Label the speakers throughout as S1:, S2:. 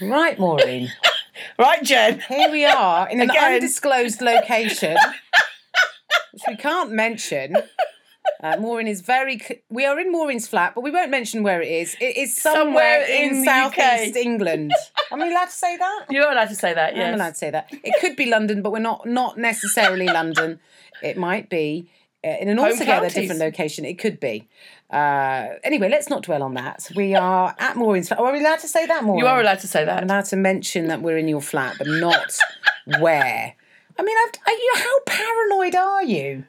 S1: Right, Maureen.
S2: Right, Jen?
S1: Here we are in an
S2: Again.
S1: undisclosed location, which we can't mention. Uh, Maureen is very. c- We are in Maureen's flat, but we won't mention where it is. It is somewhere,
S2: Somewhere in
S1: in,
S2: the
S1: southeast
S2: UK.
S1: England. Am I allowed to say that?
S2: You're allowed to say that, yes.
S1: I'm allowed to say that. It could be London, but we're not not necessarily London. It might be uh, in an
S2: Home
S1: altogether
S2: counties.
S1: different location. It could be. Uh, anyway, let's not dwell on that. We are at Maureen's flat. Are we allowed to say that, Maureen?
S2: You are allowed to say that.
S1: I'm allowed to mention that we're in your flat, but not where. I mean, I've, are you, how paranoid are you?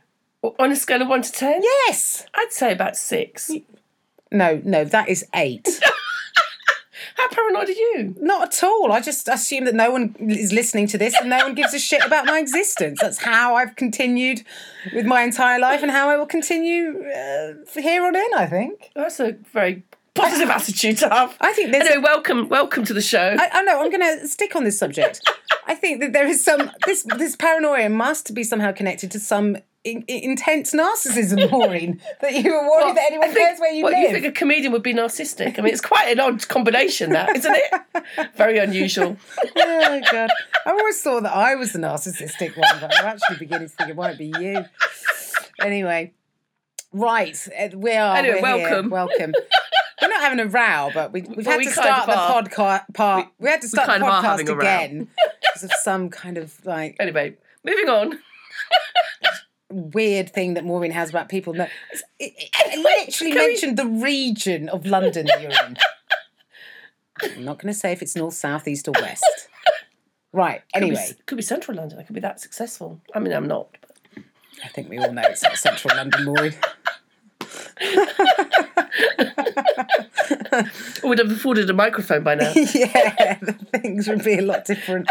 S2: On a scale of one to ten?
S1: Yes.
S2: I'd say about six.
S1: No, no, that is eight.
S2: How paranoid are you?
S1: not at all. I just assume that no one is listening to this and no one gives a shit about my existence. That's how I've continued with my entire life and how I will continue uh, from here on in, I think.
S2: That's a very positive attitude to have.
S1: I think there's.
S2: Anyway, welcome, welcome to the show.
S1: I, I know. I'm going to stick on this subject. I think that there is some this this paranoia must be somehow connected to some in, in- intense narcissism, Maureen. that you were worried that anyone
S2: I think-
S1: cares where you
S2: what,
S1: live.
S2: You think a comedian would be narcissistic? I mean, it's quite an odd combination, that isn't it? Very unusual.
S1: oh god! I always thought that I was the narcissistic one, but I'm actually beginning to think it might be you. Anyway, right, eh, we are.
S2: Anyway,
S1: we're here.
S2: welcome.
S1: welcome. We're not having a row, but we, we've
S2: Well,
S1: had
S2: we
S1: to
S2: kind
S1: start
S2: of
S1: the
S2: are.
S1: podcast. Part we, had to start the
S2: kind of are
S1: podcast
S2: having a row.
S1: again because of some kind of like
S2: Anyway, moving on.
S1: weird thing that Maureen has about people. No, it's- it, it- it literally
S2: Can we-
S1: mentioned the region of London that you're in. I'm not going to say if it's north, south, east, or west. Right.
S2: Could be-
S1: Anyway,
S2: could be, Central London. I could be that successful. I mean, I'm not. but-
S1: I think we all know it's not central London, Maureen.
S2: I would have afforded a microphone by now.
S1: yeah, the things would be a lot different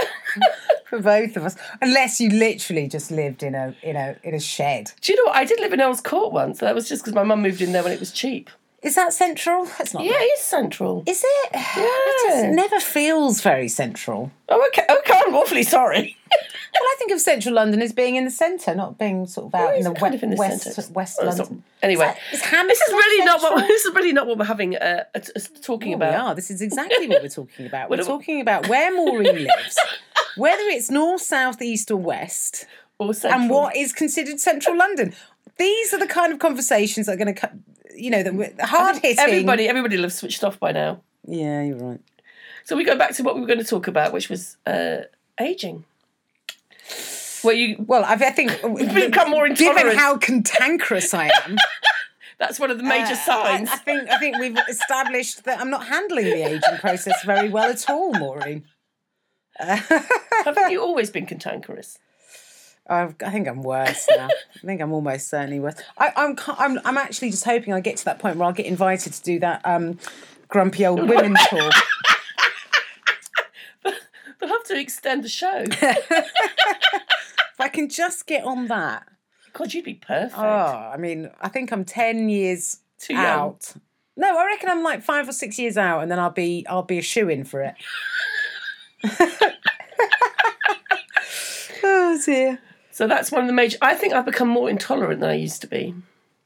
S1: for both of us, unless you literally just lived in a in a in a shed.
S2: Do you know what? I did live in Earl's Court once. That was just because my mum moved in there when it was cheap.
S1: Is that central? That's not.
S2: Yeah, it is central.
S1: Is it? It just
S2: Yeah.
S1: never feels very central.
S2: Oh, okay. Okay, I'm awfully sorry.
S1: Well, I think of central London as being in the centre, not being sort of out in
S2: is
S1: the,
S2: kind
S1: we-
S2: of in the
S1: west
S2: centre.
S1: west
S2: Oh, it's
S1: London.
S2: not- anyway.
S1: is, that, is
S2: This is really not
S1: Hampstead
S2: what
S1: central? Oh,
S2: this is really not what we're having uh, a, a- talking
S1: We
S2: about.
S1: are. This is exactly what we're talking about. We're
S2: What am I-
S1: talking about where Maureen lives, whether it's north, south, east, or west.
S2: Or central.
S1: and what is considered central London. These are the kind of conversations that are going to, you know, that hard hitting.
S2: Everybody, everybody loves switched off by now.
S1: Yeah, you're right.
S2: So we go back to what we were going to talk about, which was uh, aging. Where you
S1: Well, I, I think
S2: become more
S1: given
S2: intolerant.
S1: how cantankerous I am,
S2: that's one of the major
S1: uh,
S2: signs.
S1: I, I think I think we've established that I'm not handling the aging process very well at all, Maureen. Uh,
S2: Haven't you always been cantankerous?
S1: I've, I think I'm worse now. I think I'm almost certainly worse. I, I'm, ca- I'm I'm actually just hoping I get to that point where I'll get invited to do that um, grumpy old women tour.
S2: They'll have to extend the show.
S1: If I can just get on that.
S2: God, you'd be perfect.
S1: Oh, I mean, I think I'm ten years
S2: Too young.
S1: out. No, I reckon I'm like five or six years out, and then I'll be I'll be a shoe in for it. oh dear.
S2: So that's one of the major. I think I've become more intolerant than I used to be.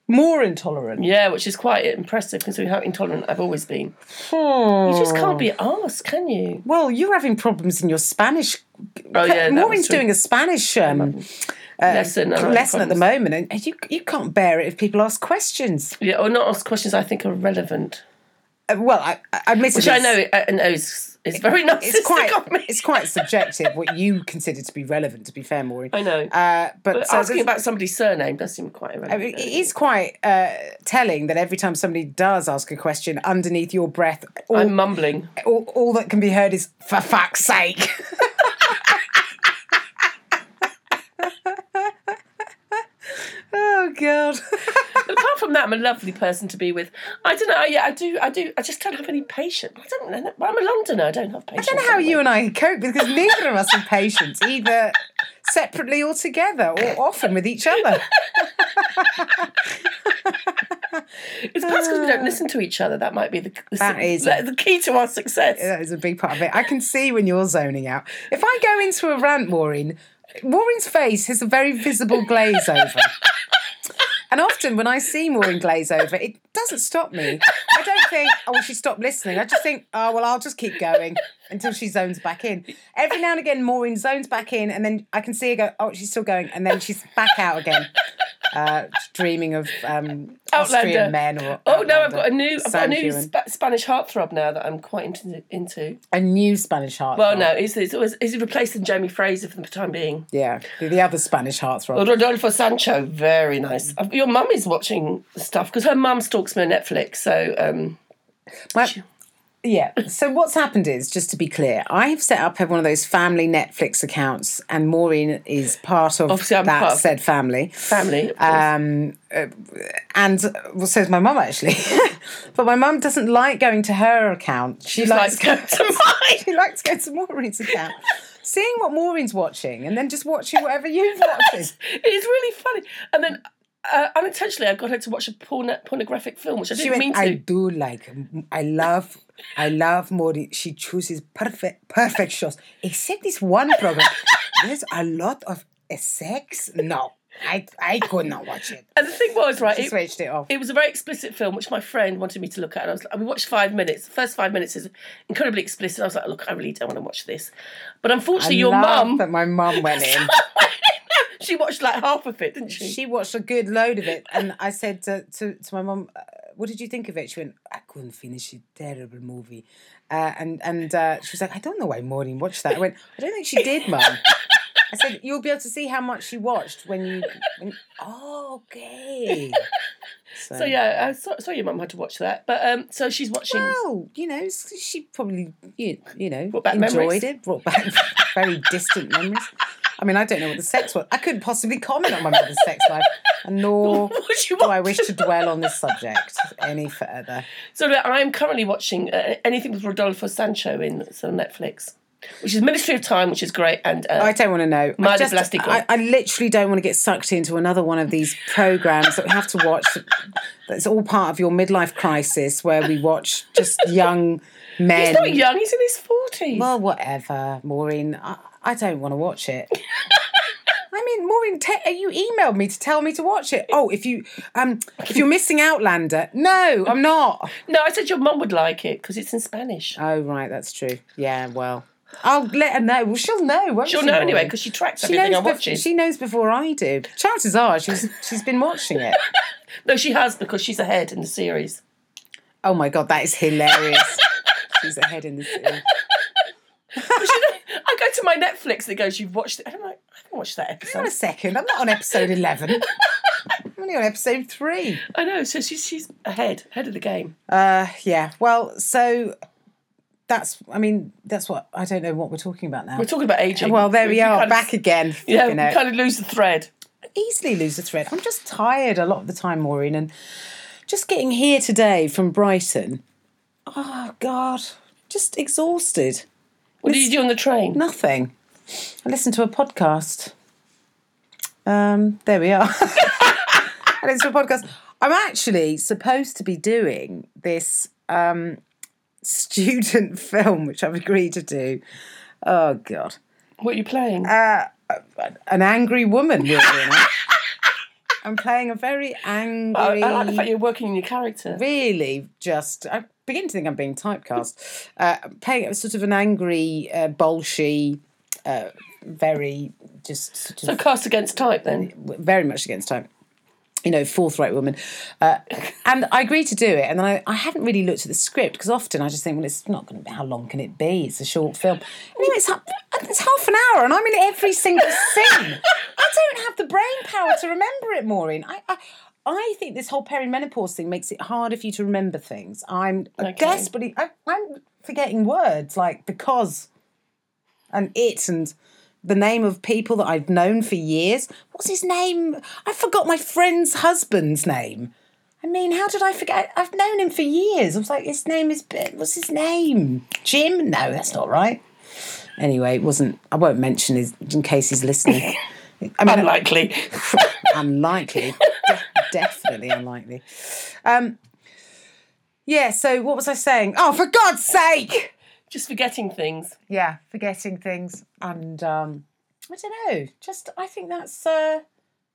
S1: More intolerant.
S2: Yeah, which is quite impressive considering how intolerant I've always been. You just can't be
S1: Oh.
S2: arsed, can you?
S1: Well, you're having problems in your Spanish.
S2: Oh yeah, that
S1: Maureen's
S2: was true.
S1: doing a Spanish um,
S2: lesson. I'm having
S1: lesson at the
S2: problems.
S1: moment, and you you can't bear it if people ask questions.
S2: Yeah, or not ask questions I think are relevant.
S1: Uh, well, I I admit
S2: Which I know, I know is, is very narcissistic
S1: It's quite,
S2: of me.
S1: it's quite subjective what you consider to be relevant. To be fair, Maureen,
S2: I know.
S1: Uh, but
S2: But
S1: so
S2: asking
S1: there's-
S2: about somebody's surname does seem quite irrelevant.
S1: it is quite uh, telling that every time somebody does ask a question, underneath your breath, all,
S2: I'm mumbling.
S1: all, all that can be heard is "for fuck's sake." oh god!
S2: Apart from that, I'm a lovely person to be with. I don't know. Yeah, I do. I do. I just don't have any patience. I don't. know. I'm a Londoner. I don't have patience.
S1: I don't know how you and I cope because neither of us have patience either. Separately or together, or often with each other.
S2: It's perhaps because we don't listen to each other. That might be the the,
S1: Oh. That is-
S2: the, the key to our success.
S1: That is a big part of it. I can see when you're zoning out. If I go into a rant, Maureen, Maureen's face has a very visible glaze over. And often when I see Maureen Glaze over, it doesn't stop me. I don't think, oh, well, she stopped listening. I just think, oh, well, I'll just keep going until she zones back in. Every now and again, Maureen zones back in, and then I can see her go, oh, she's still going, and then she's back out again. Uh, dreaming of um,
S2: Outlander.
S1: Austrian men or
S2: Oh no, I've
S1: Outlander.
S2: got a new, I've got a
S1: Sam
S2: new
S1: Heughan.
S2: spa Spanish heartthrob now that I'm quite into. into.
S1: a new Spanish heartthrob.
S2: Well, no, he's, he's, always, he's replacing Jamie Fraser for the time being.
S1: yeah, the, the other Spanish heartthrob.
S2: Rodolfo Sancho, very nice. Uh, Your mum is watching stuff because her mum stalks me on Netflix. So um,
S1: My- yeah. So what's happened is, just to be clear, I have set up one of those family Netflix accounts, and Maureen is part of
S2: Obviously, I'm
S1: that
S2: part of-
S1: said family.
S2: family.
S1: Um, uh, and well, so is my mum actually, but my mum doesn't like going to her account. She,
S2: she likes
S1: likes
S2: going to mine.
S1: she likes going to Maureen's account, seeing what Maureen's watching, and then just watching whatever you've watched.
S2: It's really funny. And then uh, unintentionally, I got her to watch a porn- pornographic film, which I
S1: She
S2: didn't
S1: went,
S2: mean to.
S1: I do like, I love, I love Maureen. She chooses perfect, perfect shows, except this one program. There's a lot of sex. No, I, I could not watch it.
S2: and the thing was, right,
S1: She
S2: it,
S1: switched it off.
S2: it was a very explicit film, which my friend wanted me to look at. And I was like, we watched five minutes. The first five minutes is incredibly explicit. I was like, look, I really don't want to watch this. But unfortunately, your
S1: Love
S2: mum,
S1: that my mum went in.
S2: she watched like half of it, didn't she?
S1: she watched a good load of it, and I said to, to, to my mum, uh, "What did you think of it?" She went, "I couldn't finish it. Terrible movie." Uh, and and uh, she was like, "I don't know why Maureen watched that." I went, "I don't think she did, mum." I said, "You'll be able to see how much she watched when you." When, oh, okay.
S2: So yeah, I saw, saw your mum had to watch that. But um, so she's watching.
S1: Well, you know, s- she probably you, you know
S2: back
S1: enjoyed
S2: memories.
S1: it, brought back very distant memories. I mean, I don't know what the sex was. I couldn't possibly comment on my mother's sex life, and nor
S2: What she
S1: do I
S2: watched.
S1: wish to dwell on this subject any further.
S2: So that I'm currently watching uh, anything with Rodolfo Sancho in it's on Netflix, which is Ministry of Time, which is great. And uh,
S1: I don't want to know. I,
S2: Madre
S1: just,
S2: Plástico.
S1: I, I literally don't want to get sucked into another one of these programs that we have to watch. That's all part of your midlife crisis, where we watch just young men.
S2: he's not young; he's in his forties.
S1: Well, whatever, Maureen. I, I don't want to watch it. I mean, Maureen, te- uh, you emailed me to tell me to watch it. Oh, if you um, if you're missing Outlander, no, I'm not.
S2: no, I said your mum would like it because it's in Spanish.
S1: Oh, right, that's true. Yeah, well, I'll let her know. Well, she'll know. Won't
S2: She'll
S1: she,
S2: know anyway
S1: Maureen?
S2: because she tracks
S1: She
S2: everything
S1: knows,
S2: I
S1: bef-
S2: watches.
S1: she knows before I do. Chances are she's she's been watching it.
S2: no, she has because she's ahead in the series.
S1: Oh my god, that is hilarious. she's ahead in the series.
S2: I go to my Netflix and it goes, "You've watched it." And I'm like, "I haven't watched that
S1: Hang on a
S2: episode."
S1: second, I'm not on episode eleven. I'm only on episode three.
S2: I know. So she's she's ahead, ahead of the game.
S1: Uh, yeah. Well, so that's. I mean, that's what I don't know what we're talking about now.
S2: We're talking about aging.
S1: Well, there we
S2: kind
S1: are,
S2: of-
S1: back again.
S2: Yeah,
S1: you know.
S2: we kind of lose the thread.
S1: easily lose the thread. I'm just tired a lot of the time, Maureen, and just getting here today from Brighton. Oh God, just exhausted.
S2: What did you do on the train?
S1: Nothing. I listened to a podcast. Um, there we are. I listened to a podcast. I'm actually supposed to be doing this um, student film, which I've agreed to do. Oh God,
S2: What are you playing?
S1: an angry woman. Really, you know? I'm playing a very
S2: I,
S1: angry.
S2: I like the fact you're working in your character.
S1: really just I begin to think I'm being typecast. Uh, playing sort of an angry, uh, bolshy, uh, very just sort
S2: So
S1: of
S2: cast against type then.
S1: very much against time. You know, forthright woman. Uh, and I agreed to do it. And then I, I haven't really looked at the script because often I just think, well, it's not going to be, how long can it be? It's a short film. Anyway, it's, ha- it's half an hour and I'm in every single scene. I don't have the brain power to remember it, Maureen. I, I, I think this whole perimenopause thing makes it harder for you to remember things. I'm desperately, I, I'm forgetting words like because and it and the name of people that I've known for years. What's his name? I forgot my friend's husband's name. I mean, how did I forget? I've known him for years. I was like, his name is. What's his name? Jim? No, that's not right. Anyway, it wasn't. I won't mention his in case he's listening. I mean,
S2: Unlikely.
S1: unlikely. De- definitely unlikely. Um, yeah. So what was I saying? Oh, for God's sake!
S2: Just forgetting things.
S1: yeah, forgetting things and um I don't know. Just I think that's uh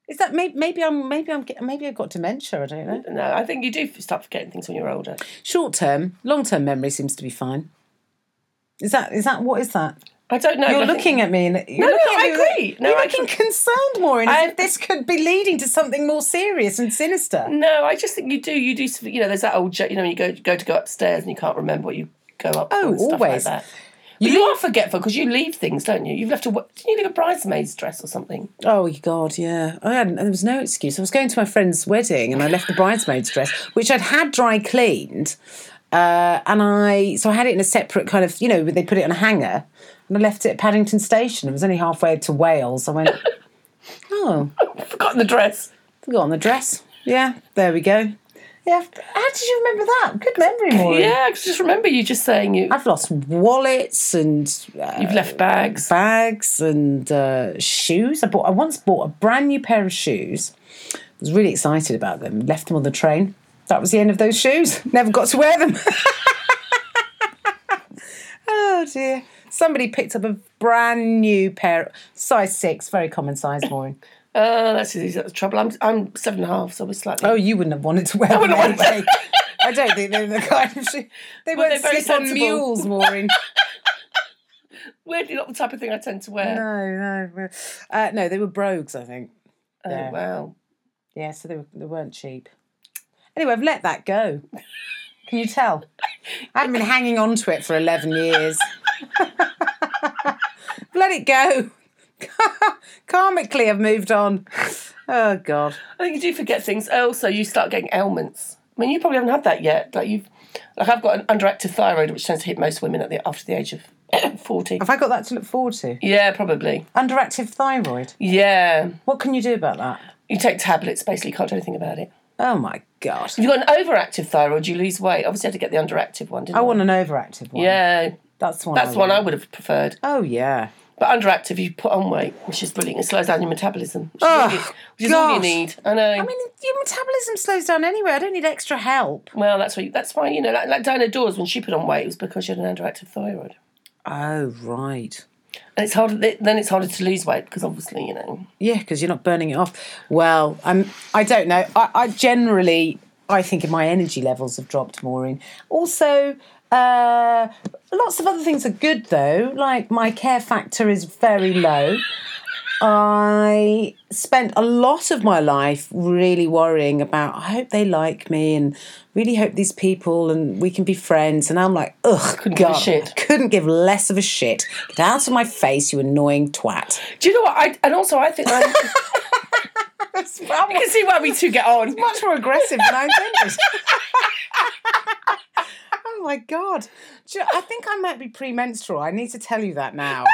S1: Is that maybe, maybe I'm maybe I'm get- maybe I've got dementia? I don't know.
S2: No, I think you do start forgetting things when you're older.
S1: Short term, long term memory seems to be fine. Is that is that what is that?
S2: I don't know. but
S1: You're
S2: I think-
S1: looking at me. And you're
S2: No,
S1: looking
S2: no,
S1: at
S2: I
S1: me with-
S2: agree. No,
S1: you're
S2: I
S1: looking
S2: agree.
S1: concerned, Maureen, as
S2: I-
S1: if this could be leading to something more serious and sinister.
S2: No, I just think you do. You do. You know, there's that old joke. You know, when you go go to go upstairs and you can't remember what you go up. for
S1: Oh,
S2: and stuff
S1: always.
S2: Like that. But you are forgetful because you leave things, don't you? You've left a wa- didn't you leave a bridesmaid's dress or something?
S1: Oh God, yeah. I hadn't. There was no excuse. I was going to my friend's wedding, and I left the bridesmaid's dress, which I'd had dry cleaned, uh, and I so I had it in a separate kind of you know they put it on a hanger, and I left it at Paddington Station. It was only halfway to Wales. I went, oh,
S2: I've forgotten the dress.
S1: forgotten the dress. Yeah, there we go. Yeah, how did you remember that? Good memory, Maureen.
S2: Yeah, 'cause just remember you just saying you
S1: I've lost wallets and uh,
S2: you've left bags.
S1: bags and uh, shoes. I bought. I once bought a brand new pair of shoes. Was really excited about them. Left them on the train. That was the end of those shoes. Never got to wear them. oh dear. Somebody picked up a brand new pair, size six, very common size, Maureen.
S2: Oh, that's easy. That's the trouble. I'm I'm seven and a half, so we're slightly.
S1: Oh, you wouldn't have wanted to wear them
S2: wouldn't have
S1: anyway. I don't think they were the kind of shoe. They
S2: Well,
S1: weren't
S2: they're very
S1: slip on
S2: sensible.
S1: mules, Maureen.
S2: Weirdly, not the type of thing I tend to wear.
S1: no, no, uh, no. They were brogues, I think.
S2: Oh,
S1: Yeah.
S2: wow.
S1: Yeah, so they, were, they weren't cheap. Anyway, I've let that go. Can you tell? I haven't been hanging on to it for 11 years. let it go. Karmically, I've moved on. Oh, God.
S2: I think you do forget things. Also, you start getting ailments. I mean, you probably haven't had that yet. Like you've, like I've got an underactive thyroid, which tends to hit most women at the after the age of forty.
S1: Have I got that to look forward to?
S2: Yeah, probably.
S1: Underactive thyroid.
S2: Yeah,
S1: What can you do about that?
S2: you take tablets. Basically, you can't do anything about it.
S1: Oh, my God.
S2: If you've got an overactive thyroid, you lose weight. Obviously, I had to get the underactive one, didn't
S1: I
S2: I?
S1: want an overactive one.
S2: Yeah,
S1: That's the one.
S2: that's
S1: I
S2: the one
S1: want.
S2: I would have preferred.
S1: Oh, yeah.
S2: But underactive, you put on weight, which is brilliant. It slows down your metabolism, which,
S1: Oh,
S2: is, all you, which is all you
S1: gosh.
S2: need. I know.
S1: I mean, your metabolism slows down anyway. I don't need extra help.
S2: well, that's why. You, that's why you know, like, like Diana Dawes, when she put on weight, it was because she had an underactive thyroid.
S1: Oh, right.
S2: And it's harder. Then it's harder to lose weight because obviously, you know.
S1: Yeah, because you're not burning it off. Well, I'm. I don't know. I, I generally, I think my energy levels have dropped, Maureen. Also, uh, lots of other things are good though. Like my care factor is very low. I spent a lot of my life really worrying about. I hope they like me, and really hope these people and we can be friends. And I'm like, ugh, couldn't
S2: give a shit.
S1: Couldn't give less of a shit. Get out of my face, you annoying twat.
S2: Do you know what? I and also I think I'm, I can see why we two get on.
S1: much more aggressive than I intended. oh my god! Do you know, I think I might be premenstrual. I need to tell you that now.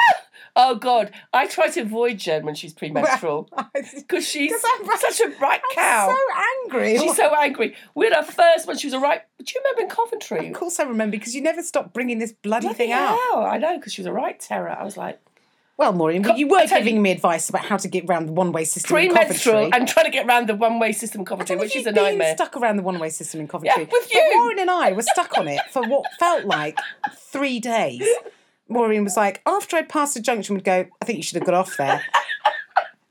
S2: Oh God, I try to avoid Jen when she's premenstrual because she's
S1: 'Cause I'm right-
S2: such a right cow.
S1: so angry.
S2: She's so angry. We had our first one. She was a right. Do you remember in Coventry?
S1: of course, I remember because you never stop bringing this bloody
S2: Bloody
S1: thing up.
S2: hell, I know because she was a right terror. I was like
S1: Well, Maureen, but you were
S2: I tell you-
S1: giving me advice about how to get round the one-way system in
S2: premenstrual
S1: Coventry.
S2: and trying to get around the one-way system in Coventry,
S1: And
S2: which
S1: you've
S2: is a
S1: been
S2: nightmare.
S1: Stuck around the one-way system in Coventry.
S2: with
S1: But
S2: you.
S1: Maureen and I were stuck on it for what felt like three days. Maureen was like, after I'd passed the junction, would go, I think you should have got off there.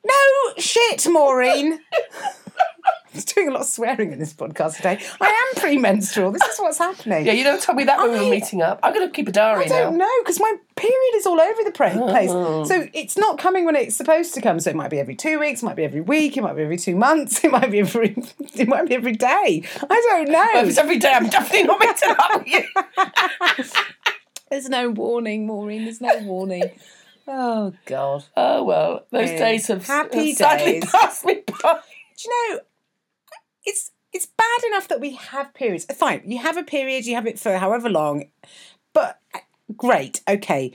S1: no shit, Maureen. I was doing a lot of swearing in this podcast today. I am premenstrual. This is what's happening.
S2: Yeah, you never told me that when we
S1: I-
S2: were meeting up. I'm gonna keep a diary
S1: I
S2: now.
S1: don't know because my period is all over the pra- place. So it's not coming when it's supposed to come. So it might be every two weeks, it might be every week, it might be every two months, it might be every, it might be every day. I don't
S2: If
S1: know.
S2: it's every day, I'm definitely not meeting up with you.
S1: There's no warning, Maureen. There's no warning. Oh God.
S2: Oh well, those
S1: Yeah.
S2: days have
S1: Happy
S2: have sadly
S1: days.
S2: passed me by.
S1: Do you know? It's it's bad enough that we have periods. Uh, Fine, you have a period, you have it for however long, but uh, great, okay.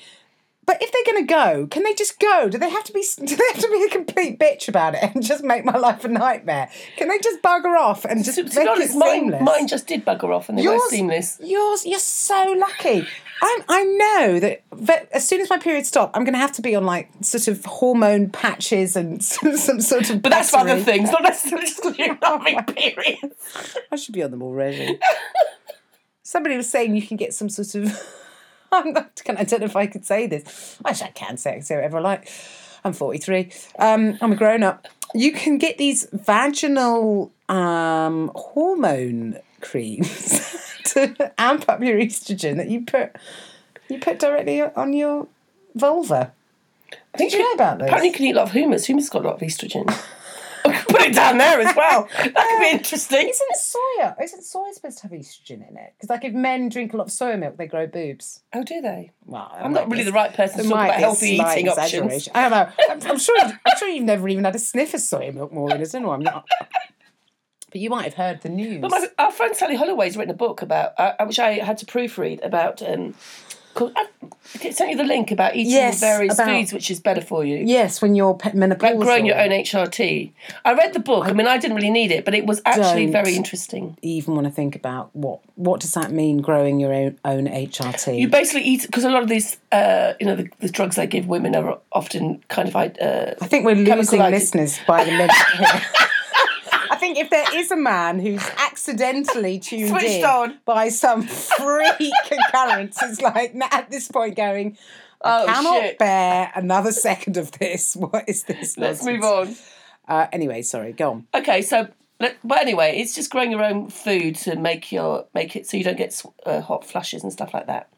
S1: But if they're going to go, can they just go? Do they have to be? Do they have to be a complete bitch about it and just make my life a nightmare? Can they just bugger off and just
S2: To,
S1: make
S2: to be honest,
S1: it
S2: mine,
S1: seamless?
S2: mine just did bugger off, and they were
S1: Yours-
S2: seamless.
S1: Yours, you're so lucky. I, I know that ve- as soon as my period stop, I'm going to have to be on like sort of hormone patches and some, some sort of.
S2: But that's for other
S1: pessary.
S2: things, not necessarily just 'cause you're having periods.
S1: I should be on them already. Somebody was saying you can get some sort of. I'm not, can, I don't know if I could say this. Actually, I can say it, say whatever I like. I'm 43. Um, I'm a grown up. You can get these vaginal um, hormone creams to amp up your estrogen that you put you put directly on your vulva.
S2: I think
S1: Did you know about those?
S2: Apparently, you can eat a lot of humus. Humus got a lot of estrogen. I could Put it down there as well. That could be interesting.
S1: Isn't soya? Isn't soya supposed to have estrogen in it? Because like if men drink a lot of soya milk, they grow boobs.
S2: Oh, do they?
S1: Well,
S2: I'm not really the right person to talk about healthy eating options.
S1: I don't know. I'm, I'm sure. I'm sure you've never even had a sniff of soy milk, Maureen. I don't know. I'm not. But you might have heard the news.
S2: But my, our friend Sally Holloway's written a book about, uh, which I had to proofread about. Um, called, I sent you the link about eating
S1: Yes,
S2: various
S1: about-
S2: foods, which is better for you.
S1: yes, when you're pe- menopausal.
S2: About growing your own HRT. I read the book. I, mean, I didn't really need it, but it was actually
S1: Don't.
S2: very interesting.
S1: Even want to think about what what does that mean? Growing your own own HRT.
S2: You basically eat because a lot of these, uh, you know, the, the drugs they give women are often kind of uh,
S1: I think we're losing
S2: Chemicalized.
S1: listeners by the minute. here. I think if there is a man who's accidentally tuned
S2: Switched
S1: in
S2: on.
S1: by some freak occurrence, it's like na- at this point going, I
S2: Oh,
S1: cannot
S2: shit.
S1: bear another second of this. What is this? nonsense?
S2: Let's move on.
S1: Uh, anyway, sorry, go on.
S2: Okay, so let- but anyway, it's just growing your own food to make your make it so you don't get sw- uh, hot flushes and stuff like that.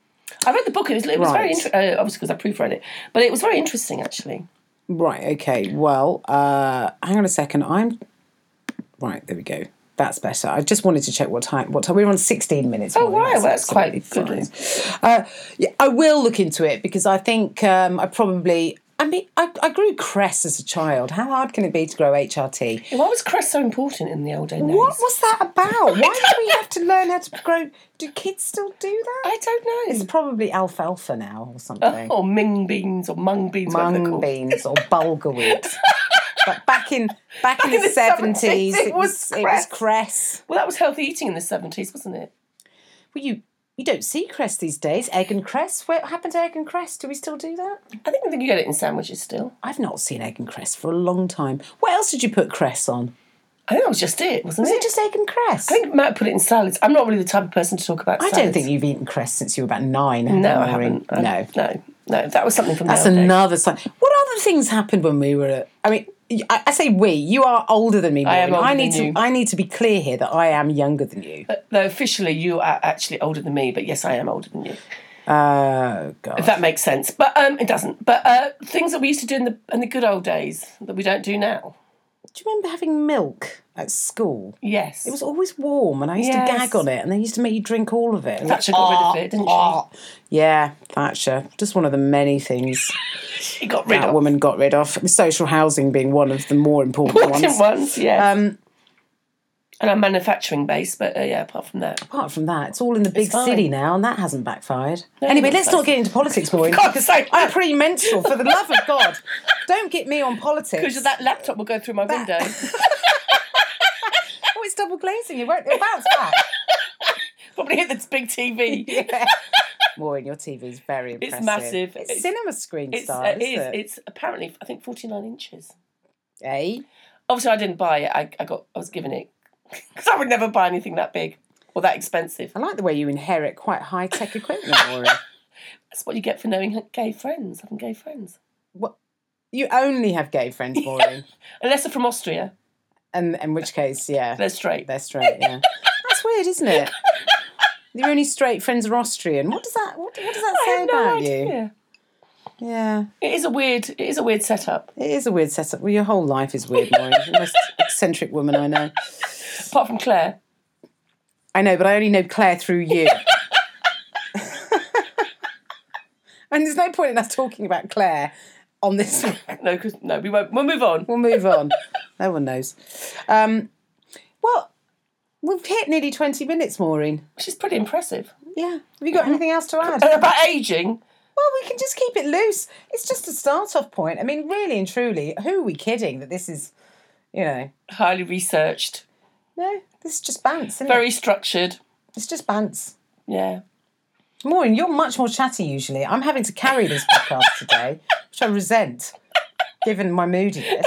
S2: I read the book. It was, it was very
S1: Right.
S2: interesting. Uh, obviously, because I proofread it, but it was very interesting actually.
S1: Right, okay. Well, uh, hang on a second. I'm. Right, there we go. That's better. I just wanted to check what time. What time? We're on sixteen minutes. Oh
S2: wow, that's quite good.
S1: Uh, yeah, I will look into it because I think um, I probably. I mean, I, I grew cress as a child. How hard can it be to grow HRT?
S2: Why was cress so important in the old days?
S1: What was that about? Why did we have to learn how to grow? Do kids still do that?
S2: I don't know.
S1: It's probably alfalfa now or something.
S2: or ming beans or mung beans. whatever they're
S1: mung
S2: Oh, called.
S1: beans or bulgur wheat. but back in back in,
S2: in
S1: the
S2: the 70s,
S1: seventies,
S2: it
S1: it
S2: was
S1: was it was cress.
S2: Well, that was healthy eating in the seventies, wasn't it?
S1: Well, you you don't see cress these days. Egg and cress. What happened to egg and cress? Do we still do that?
S2: I think I think you get it in sandwiches still.
S1: I've not seen egg and cress for a long time. What else did you put cress on?
S2: I think that was just it, wasn't
S1: Was it
S2: it?
S1: just egg and cress?
S2: I think Matt put it in salads. I'm not really the type of person to talk about.
S1: I
S2: Salads.
S1: don't think you've eaten cress since you were about nine. have
S2: No,
S1: you,
S2: I
S1: Maureen?
S2: haven't. I-
S1: No.
S2: no, no. That was something from
S1: That's
S2: the old days.
S1: another sign. What other things happened when we were? I mean, I, I say we. You are older than me. Maureen.
S2: am older
S1: I need
S2: than you.
S1: to. I need to be clear here that I am younger than you.
S2: Though officially you are actually older than me, but yes, I am older than you.
S1: Oh God.
S2: If that makes sense, but um, it doesn't. But uh, things that we used to do in the in the good old days that we don't do now.
S1: Do you remember having milk at school?
S2: Yes,
S1: It was always warm, and I used to
S2: Yes.
S1: gag on it, and they used to make you drink all of it.
S2: Thatcher got rid of it, didn't she?
S1: Ah, Yeah, Thatcher. Just one of the many things
S2: she got rid
S1: that
S2: of
S1: woman got rid of. Social housing being one of the more important
S2: important
S1: ones.
S2: ones. yes.
S1: Um,
S2: and a manufacturing base, but uh, yeah, apart from that,
S1: Apart from that, it's all in the big
S2: fine.
S1: city now, and that hasn't backfired. anyway,
S2: no,
S1: let's not get into politics, Maureen.
S2: God's
S1: because
S2: sake.
S1: I'm pre-menstrual, for the love of God. Don't get me on politics.
S2: because that laptop will go through my window.
S1: Oh, it's double glazing. It won't. It'll bounce back.
S2: Probably hit this big TV.
S1: Yeah. Maureen, your TV is very impressive.
S2: massive.
S1: It's,
S2: It's-
S1: cinema screen
S2: It's,
S1: style,
S2: uh,
S1: isn't
S2: it is.
S1: it?
S2: It's apparently I think forty nine inches.
S1: Eh?
S2: Obviously, I didn't buy it. I, I got I was given it because I would never buy anything that big or that expensive.
S1: I like the way you inherit quite high tech equipment, Maureen.
S2: That's what you get for knowing gay friends, having gay friends.
S1: what? You only have gay friends, Maureen.
S2: Unless they're from Austria,
S1: and in which case, yeah,
S2: they're straight.
S1: they're straight. Yeah, that's weird, isn't it? Your only straight friends are Austrian. What does that? What, what does that
S2: I
S1: say
S2: had no
S1: about you?
S2: idea.
S1: Yeah,
S2: It is a weird. It is a weird setup.
S1: it is a weird setup. Well, your whole life is weird, Maureen. You're the most eccentric woman I know.
S2: Apart from Claire,
S1: I know, but I only know Claire through you. and there's no point in us talking about Claire on this.
S2: no, 'cause- no, we won't. We'll move on.
S1: We'll move on. no one knows. Um, well, we've hit nearly 20 minutes, Maureen.
S2: Which is pretty impressive.
S1: Yeah. Have you got anything else to add?
S2: And about aging,
S1: Well, we can just keep it loose. It's just a start off point. I mean, really and truly, who are we kidding that this is, you know,
S2: highly researched,
S1: no, this is just bants, isn't it?
S2: very structured.
S1: It's just bants.
S2: Yeah.
S1: Maureen, you're much more chatty usually. I'm having to carry this podcast today, which I resent, given my moodiness.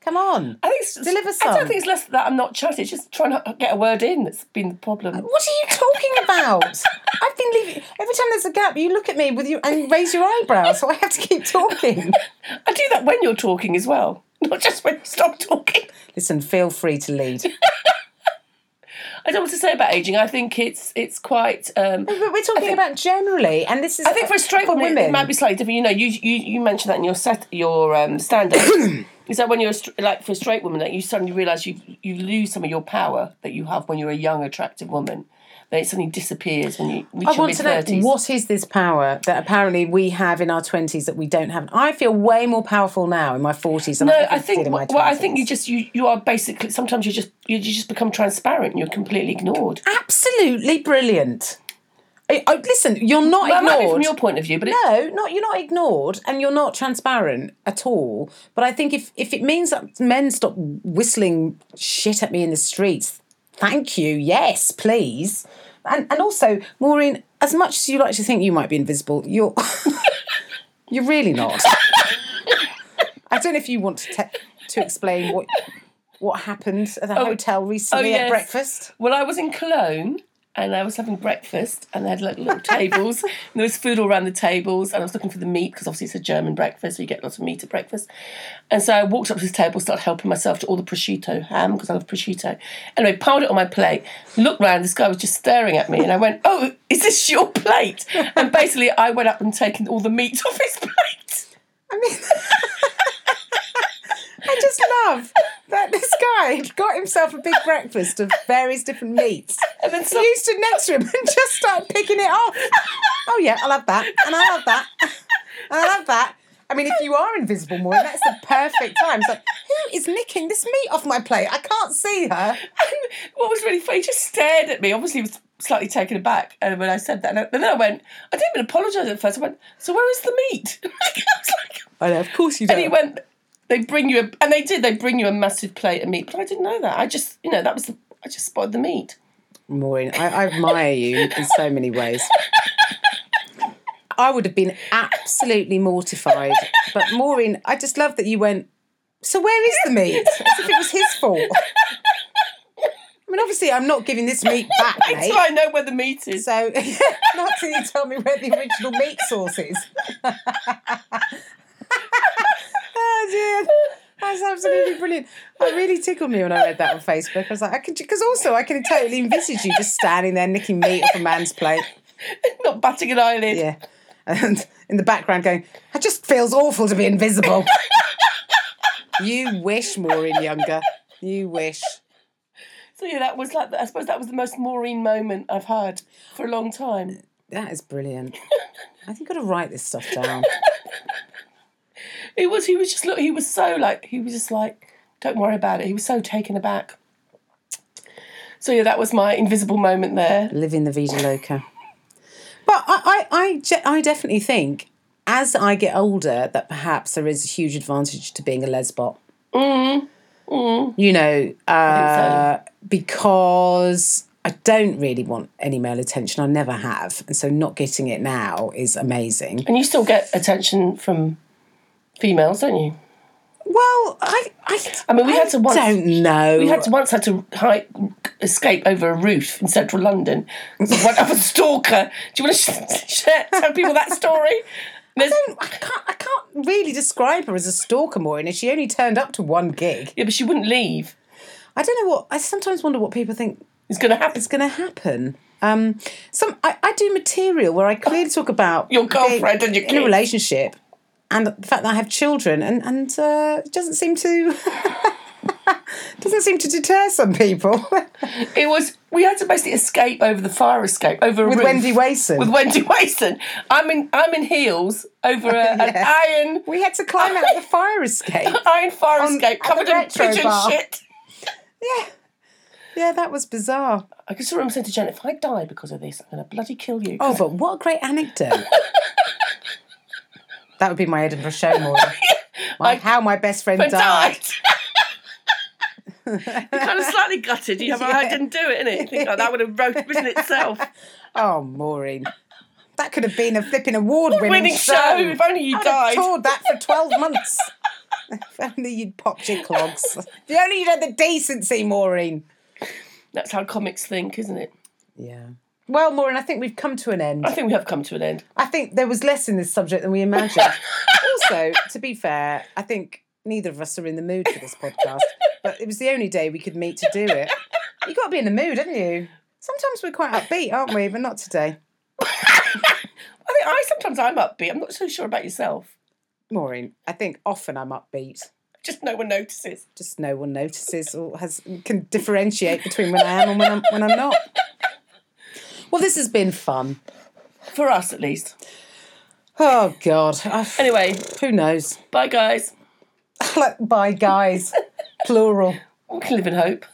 S1: Come on.
S2: I think it's,
S1: Deliver
S2: I
S1: some.
S2: don't think it's less that I'm not chatty. It's just trying to get a word in that's been the problem.
S1: What are you talking about? I've been leaving. Every time there's a gap, you look at me with you and raise your eyebrows, so I have to keep talking.
S2: I do that when you're talking as well, not just when you stop talking.
S1: Listen, feel free to lead.
S2: I don't want to say about aging. I think it's it's quite. Um,
S1: But we're talking about generally, and this is.
S2: I think for a straight woman, it- it might be slightly different. You know, you you, you mentioned that in your set, your um, stand up. Is that when you're a str- like for a straight woman that you suddenly realise you you lose some of your power that you have when you're a young attractive woman, that it suddenly disappears when you reach
S1: I
S2: your
S1: want
S2: mid
S1: to know
S2: thirties.
S1: what is this power that apparently we have in our twenties that we don't have. I feel way more powerful now in my forties than
S2: No,
S1: I,
S2: I think
S1: did in my
S2: well,
S1: twenties.
S2: I think you just you you are basically sometimes you just you, you just become transparent. and You're completely ignored.
S1: absolutely brilliant. I, I- listen, you're not
S2: That might be
S1: ignored.
S2: from your point of view, but it,
S1: No, not you're not ignored and you're not transparent at all. But I think if if it means that men stop whistling shit at me in the streets, thank you. Yes, please. And and also, Maureen, as much as you like to think you might be invisible, you're you're really not. I don't know if you want to te- to explain what what happened at the hotel recently at
S2: yes.
S1: breakfast.
S2: Well, I was in Cologne and I was having breakfast and they had like little tables. And there was food all around the tables and I was looking for the meat because obviously it's a German breakfast, so you get lots of meat at breakfast. And so I walked up to this table, started helping myself to all the prosciutto ham because I love prosciutto. Anyway, piled it on my plate, looked round, this guy was just staring at me and I went, Oh, is this your plate? And basically I went up and taken all the meat off his plate.
S1: I mean, I just love that this guy got himself a big breakfast of various different meats.
S2: And then
S1: He
S2: some,
S1: used to next to him and just start picking it off. Oh yeah, I love that, and I love that, and I love that. I mean, if you are invisible, Maureen, that's the perfect time. It's like, who is nicking this meat off my plate? I can't see her.
S2: And what was really funny, he just stared at me. Obviously, he was slightly taken aback. And when I said that, and I- then I went, I didn't even apologise at first. I went, so where is the meat?
S1: I
S2: Like, I was like,
S1: know, of course you
S2: and he went, they bring you a, and they did, they bring you a massive plate of meat. But I didn't know that. I just, you know, that was, the, I just spotted the meat.
S1: Maureen, I, I admire you in so many ways. I would have been absolutely mortified. But Maureen, I just love that you went, So where is the meat? As if it was his fault. I mean, obviously, I'm not giving this meat back, mate.
S2: So I know where the meat is.
S1: So, not till you tell me where the original meat sauce is. oh, dear. That's absolutely brilliant. That really tickled me when I read that on Facebook. I was like, I can, because also I can totally envisage you just standing there nicking meat off a man's plate.
S2: Not batting an eyelid.
S1: Yeah. And in the background going, it just feels awful to be invisible. you wish, Maureen Younger. You wish.
S2: So yeah, that was like, I suppose that was the most Maureen moment I've had for a long time.
S1: That is brilliant. I think I've got to write this stuff down.
S2: It was, he was just, look, he was so like, he was just like, don't worry about it. He was so taken aback. So yeah, that was my invisible moment there.
S1: living the vida loca. But I, I, I, ge- I definitely think as I get older that perhaps there is a huge advantage to being a lesbot.
S2: Mm-hmm.
S1: Mm. You know, uh, because I don't really want any male attention. I never have, and so not getting it now is amazing.
S2: And you still get attention from females, don't you?
S1: Well, I, I,
S2: I mean, we had to once-
S1: don't know.
S2: We had to, once had to hi- escape over a roof in central London. So we went up a stalker. Do you want to sh- share, tell people that story? There's-
S1: I can't, I can't really describe her as a stalker, Maureen. if She only turned up to one gig.
S2: yeah, but she wouldn't leave.
S1: I don't know what. I sometimes wonder what people think
S2: It's going to happen.
S1: it's going to happen. Um, some I, I do material where I clearly talk about
S2: Your girlfriend
S1: being
S2: and your
S1: in a
S2: kids.
S1: relationship, and the fact that I have children, and and uh, it doesn't seem to doesn't seem to deter some people.
S2: It was, we had to basically escape over the fire escape, over a
S1: With
S2: roof.
S1: Wendy Wason,
S2: With Wendy Wason. I'm in, I'm in heels over a,
S1: Yeah.
S2: an iron,
S1: we had to climb out the fire escape.
S2: iron fire
S1: On-
S2: escape
S1: at the
S2: covered in
S1: retro
S2: pigeon
S1: bar.
S2: shit.
S1: Yeah, yeah, that was bizarre.
S2: I just remember saying to Janet, if I die because of this, I'm going to bloody kill you.
S1: Oh, but what a great anecdote! that would be my Edinburgh show, Maureen. My, how my best friend
S2: and
S1: died.
S2: died. You're kind of slightly gutted. You have, I didn't do it, innit? You think, oh, that would have wrote, written itself.
S1: Oh, Maureen. That could have been a flipping award winning
S2: Winning
S1: show.
S2: show, if only you
S1: I'd have
S2: died.
S1: toured that for 12 months. if only you'd popped your clogs. if only you'd had the decency, Maureen.
S2: That's how comics think, isn't it?
S1: Yeah. Well, Maureen, I think we've come to an end.
S2: I think we have come to an end.
S1: I think there was less in this subject than we imagined. also, to be fair, I think neither of us are in the mood for this podcast, but it was the only day we could meet to do it. You've got to be in the mood, haven't you? Sometimes we're quite upbeat, aren't we? But not today.
S2: I think I sometimes I'm upbeat. I'm not so sure about yourself.
S1: Maureen, I think often I'm upbeat.
S2: Just no one notices.
S1: Just no one notices or has can differentiate between when I am and when I'm when I'm not. Well, this has been fun.
S2: For us, at least.
S1: Oh God. I-
S2: Anyway,
S1: who knows?
S2: bye, guys.
S1: Like, Bye, guys. Plural.
S2: We can live in hope.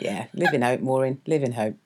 S1: Yeah. Live in hope, Maureen. Live in hope.